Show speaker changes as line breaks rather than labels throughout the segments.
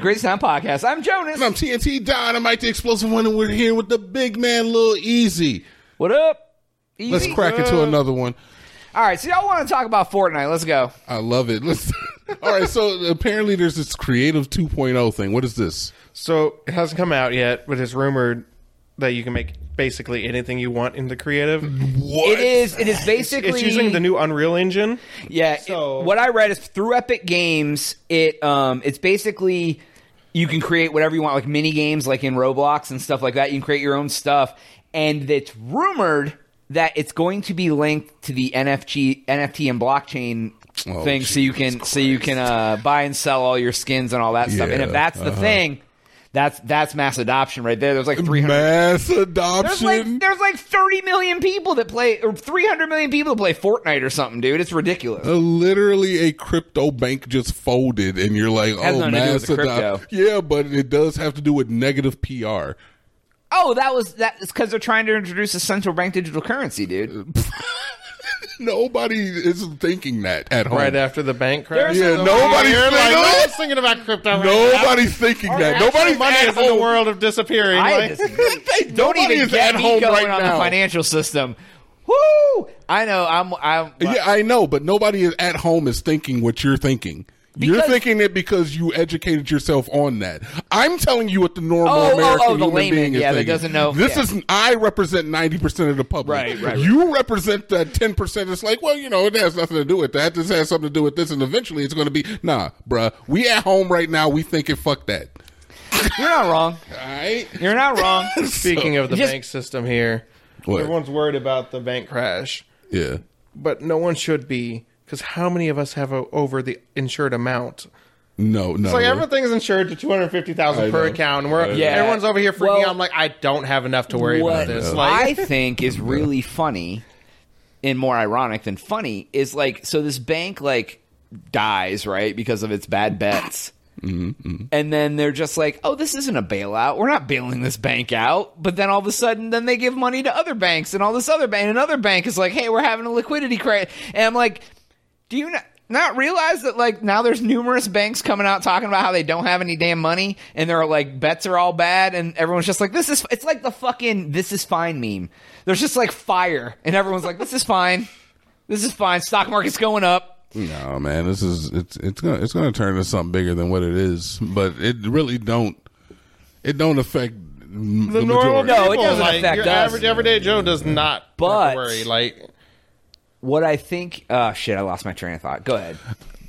Greatest Time Podcast. I'm Jonas.
I'm TNT Dynamite, the explosive one, and we're here with the big man, Lil Easy.
What up? Easy.
Let's crack into another one.
All right, so y'all want to talk about Fortnite. Let's go.
I love it. Let's. All right, so apparently there's this creative 2.0 thing. What is this?
So it hasn't come out yet, but it's rumored that you can make basically anything you want in the creative.
What?
It is. It is basically.
It's using the new Unreal Engine.
Yeah. it-
So-
what I read is through Epic Games, it um, it's basically you can create whatever you want, like mini games, like in Roblox and stuff like that. You can create your own stuff, and it's rumored that it's going to be linked to the NFT, NFT and blockchain
Oh,
thing, so you can so you can uh, buy and sell all your skins and all that stuff. And
Yeah,
if that's the
uh-huh.
thing, that's that's mass adoption right there. There's like 300
Mass
there's like
adoption.
there's like 30 million people that play or 300 million people that play Fortnite or something, dude. It's ridiculous.
Uh, literally a crypto bank just folded, and you're like,
Has
oh,
nothing to do
mass
with the crypto.
adoption. Yeah, but it does have to do with negative PR.
Oh, that was that's because they're trying to introduce a central bank digital currency, dude.
Nobody is thinking that at home.
Right after the bank crash.
There's-
Oh. Yeah, nobody's
You're
thinking,
like,
that.
nobody's thinking about crypto. right now.
nobody's thinking that. Nobody's
money
at
is in the
home.
world of disappearing.
I
like-
disagree. Don't
Nobody
even
is
get
at
me
home
going
right
on
now.
the financial system. Woo! I know. I'm. I'm.
Yeah, I know, but nobody is at home is thinking what you're thinking. you're
Because-
thinking it because you educated yourself on that. I'm telling you what the normal
Oh, oh,
American
oh, the
human
layman,
being is
yeah, that
thinking.
doesn't know-
This
yeah.
is I represent ninety percent of the public.
Right, right, right.
You represent that ten percent. It's like, well, you know, it has nothing to do with that. This has something to do with this, and eventually it's going to be nah, bruh. We at home right now. We thinking fuck that.
You're not wrong.
All right.
You're not wrong.
Speaking of the
Just-
bank system here,
What?
everyone's worried about the bank crash,
Yeah.
but no one should be because how many of us have a, over the insured amount?
No. No.
It's like everything's insured to two hundred fifty
I
thousand per
know.
account, and we're
Yeah.
everyone's over here freaking
Well-
out. I'm like, I don't have enough to worry
what
about this.
I
Like,
think is really funny and more ironic than funny is like so this bank like dies right because of its bad bets.
Mm-hmm,
And then they're just like, "Oh, this isn't a bailout. We're not bailing this bank out." But then all of a sudden, then they give money to other banks, and all this other bank, another bank is like, "Hey, we're having a liquidity crisis." And I'm like, do you not, not realize that like now there's numerous banks coming out talking about how they don't have any damn money and they're like bets are all bad and everyone's just like this is it's like the fucking this is fine meme. There's just like fire and everyone's like this is fine. This is fine. Stock market's going up.
No, man, this is it's it's gonna it's gonna turn into something bigger than what it is. But it really don't it don't affect m- the, majority.
No, it
people,
doesn't
like,
affect
your
us.
Average everyday Joe does not have to
But-
worry. Like,
What I think oh shit, I lost my train of thought. Go ahead.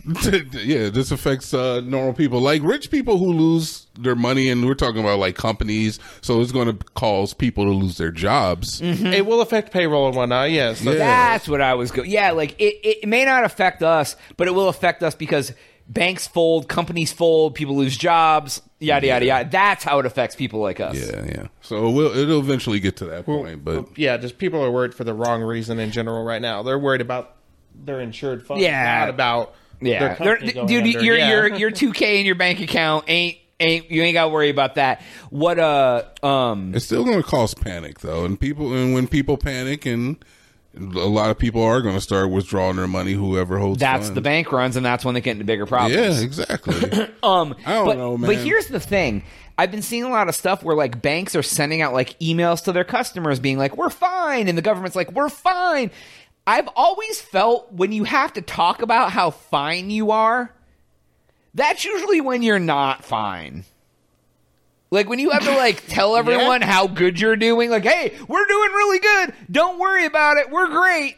yeah, this affects uh, normal people, like rich people who lose their money, and we're talking about like companies. So it's going to cause people to lose their jobs.
Mm-hmm.
it will affect payroll and whatnot. Yes, that's-
That's what I was going. Yeah, like it, it may not affect us, but it will affect us because banks fold, companies fold, people lose jobs, yada yada yada. That's how it affects people like us.
Yeah, yeah. So we'll it'll eventually get to that point, but
um,
yeah, just people are worried for the wrong reason in general right now. They're worried about their insured funds,
Yeah.
not about
Yeah,
their company
They're-
going
dude,
under.
your
Yeah.
your your two K in your bank account ain't ain't you ain't got to worry about that. What uh um
It's still going to cause panic though, and people and when people panic, and a lot of people are going to start withdrawing their money. Whoever holds
that's
funds.
the bank runs and that's when they get into bigger problems.
Yeah, exactly.
Um,
I don't
but,
know,
But
man.
here's the thing: I've been seeing a lot of stuff where like banks are sending out like emails to their customers, being like, "We're fine," and the government's like, "We're fine." I've always felt when you have to talk about how fine you are, that's usually when you're not fine. Like when you have to like tell everyone how good you're doing, like, "Hey, we're doing really good. Don't worry about it. We're great."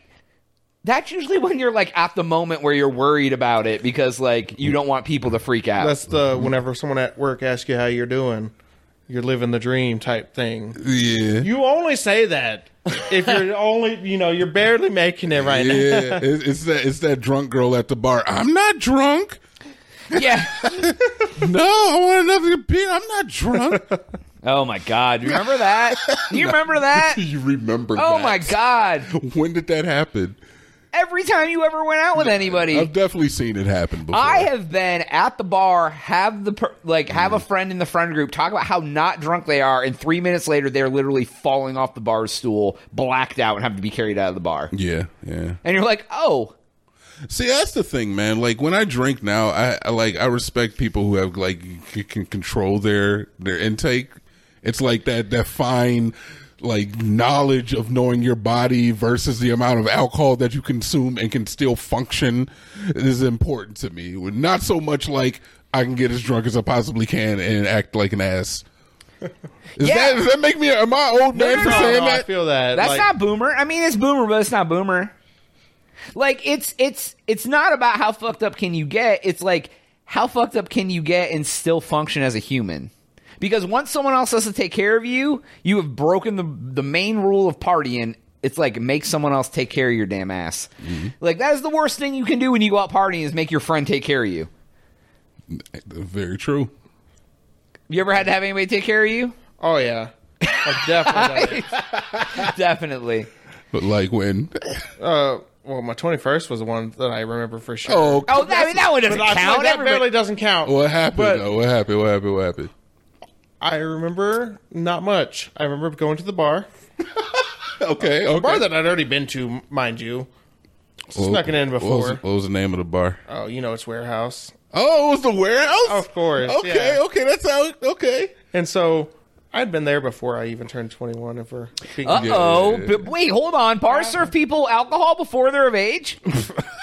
That's usually when you're like at the moment where you're worried about it because like
Mm.
you don't want people to freak out.
That's the whenever someone at work asks you how you're doing, you're living the dream type thing.
yeah.
You only say that if you're only, you know, you're barely making it right now.
yeah, it's, it's that it's that drunk girl at the bar. I'm not drunk.
Yeah.
No, I want another beer. I'm not drunk.
Oh my God. You remember that? Do you remember that?
you remember?
Oh
that.
my God.
When did that happen?
Every time you ever went out with anybody.
I've definitely seen it happen before.
I have been at the bar, have the per- like, have a friend in the friend group talk about how not drunk they are, and three minutes later they're literally falling off the bar stool, blacked out, and have to be carried out of the bar.
Yeah, yeah.
And you're like, oh,
See, that's the thing, man. Like when I drink now, I, I like I respect people who have like c- can control their their intake. It's like that that fine like knowledge of knowing your body versus the amount of alcohol that you consume and can still function is important to me. Not so much like I can get as drunk as I possibly can and act like an ass. Is
Yeah.
that, does that make me? Am I old man
no,
for
no,
saying
Oh, I
that?
feel that.
That's
like,
not boomer. I mean, it's boomer, but it's not boomer. Like it's it's it's not about how fucked up can you get. It's like how fucked up can you get and still function as a human. Because once someone else has to take care of you, you have broken the the main rule of partying. It's like make someone else take care of your damn ass. Like that is the worst thing you can do when you go out partying is make your friend take care of you.
Very true.
You ever had to have anybody take care of you?
Oh yeah, I definitely. done it.
Definitely.
But like when
Uh, well, my twenty first was the one that I remember for sure.
oh
Oh, that, I mean, that one doesn't
I feel like
count.
that
Everybody-
barely doesn't count.
What happened?
But-
though? What happened? What happened? What happened?
I remember not much. I remember going to the bar,
Okay, okay.
bar that I'd already been to, mind you. Snuck it in
What was,
before.
what was the name of the bar?
Oh, you know it's warehouse,
Oh, it was the warehouse.
of course.
Okay,
yeah.
okay. That's how. it- Okay.
And so I'd been there before I even turned 21. If we're being,
Uh oh.
Yeah.
But wait, hold on. Bars serve people alcohol before they're of age?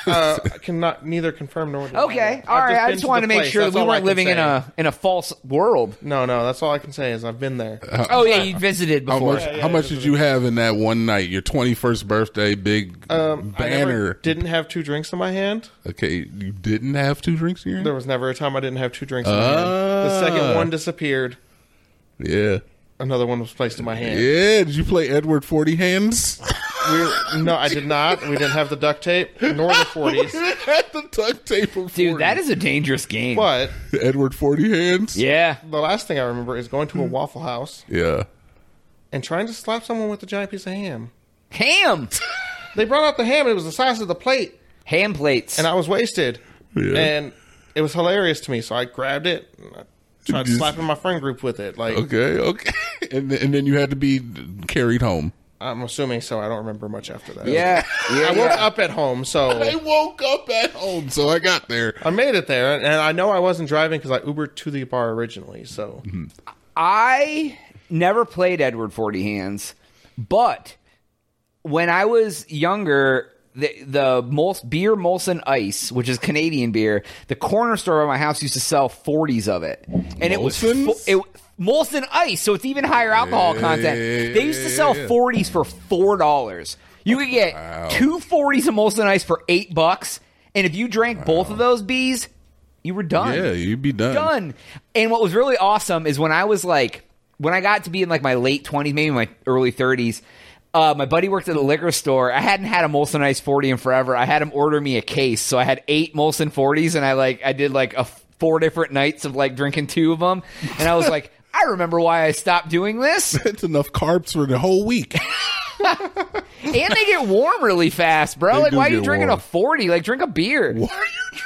uh, I cannot neither confirm nor deny.
Okay.
that.
All
I've
right. I
been
just
the
wanted to make
place.
sure that
That's
we
all I
weren't
can
living in
say.
a in a false world.
No, no. That's all I can say is I've been there.
Uh,
Oh yeah, you visited
How
before.
much? how much did you have in that one night? Your twenty first birthday, big
Um, I never
banner.
didn't have two drinks in my hand.
okay, you didn't have two drinks in your.
There
hand?
was never a time I didn't have two drinks in my hand. The second
Ah.
one disappeared.
Yeah,
Another one was placed in my hand.
yeah. Did you play Edward Forty Hands?
We, no, I did not. We didn't have the duct tape nor the 40s.
At the duct tape of
Dude,
40.
that is a dangerous game.
But
Edward Forty Hands.
Yeah.
the last thing I remember is going to a Waffle House
yeah.
and trying to slap someone with a giant piece of ham.
Ham.
They brought out the ham and it was the size of the plate,
Ham plates.
and I was wasted,
Yeah.
and it was hilarious to me. So I grabbed it, and I tried
Just-
slapping my friend group with it. Like
Okay, okay. And th- and then you had to be carried home.
I'm assuming so. I don't remember much after that.
yeah. Yeah.
I
yeah.
woke up at home,
I
so
woke up at home, so I got there.
I made it there, and I know I wasn't driving because I Ubered to the bar originally. So
Mm-hmm.
I never played Edward Forty Hands, but when I was younger, the the Mols, beer Molson Ice, which is Canadian beer, the corner store by my house used to sell forties of it, and it was fu-
Molson's?
it Molson Ice, so it's even higher alcohol
Yeah,
content.
yeah,
They used to
yeah,
sell
yeah.
forties for four dollars. You could get two forties of Molson Ice for eight bucks, and if you drank both of those bees, you were done
Yeah, you'd be done.
done. And what was really awesome is when I was like, when I got to be in like my late twenties, maybe my early thirties, uh, my buddy worked at a liquor store. I hadn't had a Molson Ice forty in forever. I had him order me a case, so I had eight Molson forties, and I like I did like a f- four different nights of like drinking two of them, and I was like. I remember why I stopped doing this.
That's enough carbs for the whole week.
And they get warm really fast, bro.
They
like,
do
why are you
get
drinking
warm.
a 40? Like, drink a beer.
Why are you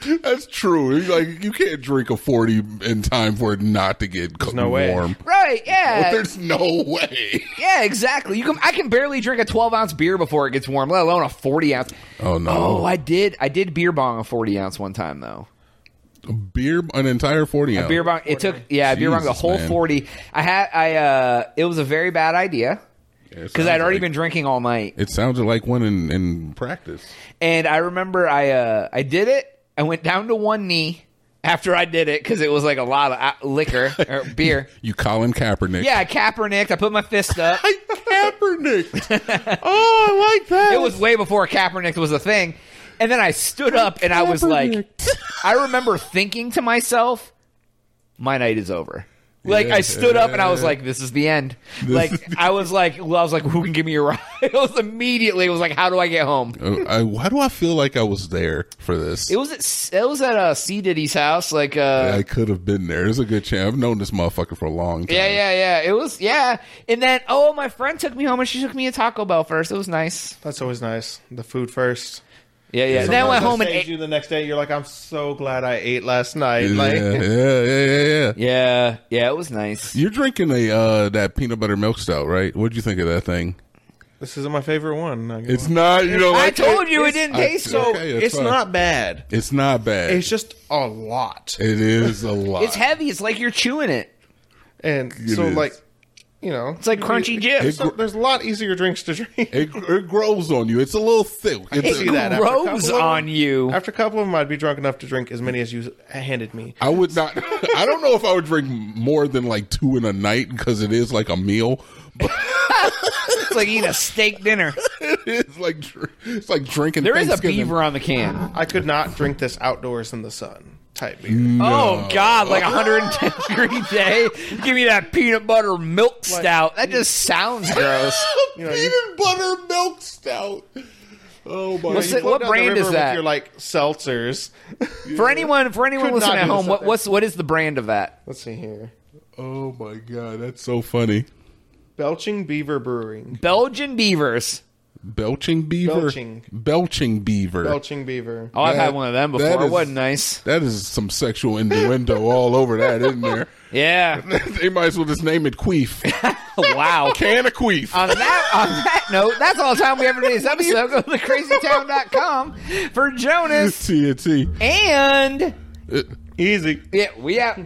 drinking? That's true. It's Like you can't drink a forty in time for it not to get co-
no way.
warm.
Right, yeah.
But there's no way.
Yeah, exactly. You can. I can barely drink a twelve ounce beer before it gets warm, let alone a forty ounce.
Oh, no.
Oh, I did. I did beer bong a forty ounce one time though.
A beer, an entire forty ounce.
Beer bong. It took. Yeah, beer bong the
Oh. Jesus,
whole
man.
forty. I had. I. uh It was a very bad idea because I'd already
like,
been drinking all night,
It sounded like one in, in practice.
and I remember I. uh I did it. I went down to one knee after I did it because it was like a lot of uh, liquor or beer.
You Colin Kaepernick.
Yeah, I Kaepernick. I put my fist up.
Kaepernick. oh, I like that.
It was way before Kaepernick was a thing. And then I stood up and I was like, I remember thinking to myself, my night is over. Like I stood up and I was like, this is the end. Like I was like, well, I was like, who can give me a ride? It was immediately. It was like, how do I get home?
Uh, I, why do I feel like I was there for this?
It was at it was at uh, C Diddy's house. Like uh,
I could have been there. There's a good chance. I've known this motherfucker for a long time.
yeah, yeah, yeah. It was yeah. And then oh, my friend took me home and she took me to Taco Bell first. It was nice.
that's always nice. The food first.
Yeah, yeah. then I went
That
home and
saves
ate.
you the next day. You're like, I'm so glad I ate last night.
Yeah,
Like,
yeah, yeah, yeah, yeah.
Yeah, yeah. It was nice.
You're drinking a uh, that peanut butter milk stout, right? What'd you think of that thing?
This isn't my favorite one. not gonna
It's
lie.
not, you know,
I
like,
told you it didn't
I-
taste so.
so.
okay, it's
it's
fine.
not bad.
it's not bad.
It's just a lot.
it is a lot.
It's heavy. It's like you're chewing it.
And
It
so,
is.
like, you know,
It's like crunchy
There's,
chips.
so- there's a lot easier drinks to drink.
it, it grows on you. It's a little thick. It's
see that. after a couple
Grows
of them.
on you.
After a couple of them, I'd be drunk enough to drink as many as you handed me.
I would not. I don't know if I would drink more than like two in a night because it is like a meal. But
It's like eating a steak dinner.
it's like dr- it's like drinking.
There is a
Thanksgiving.
beaver on the can.
I could not drink this outdoors in the sun type beer.
Mm.
Oh God, like 110 degree day. Give me that peanut butter milk stout. That just sounds gross.
You know,
peanut
you-
butter milk stout. Oh my!
What's
you
it-
float
what
down the
brand
river
is
with
that?
Your like seltzers.
For anyone, for anyone
Could
listening
not
at
do
home,
this
what,
out
what's what is the brand of that?
Let's see here.
oh my god! That's so funny.
Belching Beaver Brewing.
Belgian beavers.
Belching beaver.
Belching.
Belching beaver.
Belching Beaver.
Oh, I've
That-
had one of them
that
before.
is-
it wasn't nice.
That is some sexual innuendo all over that, isn't there?
Yeah.
they might as well just name it Queef.
wow.
Can of Queef.
on that on that note, that's all the time we have for today's episode. Go to crazytown.com for Jonas
TNT.
and
Uh,
Easy.
yeah, we out.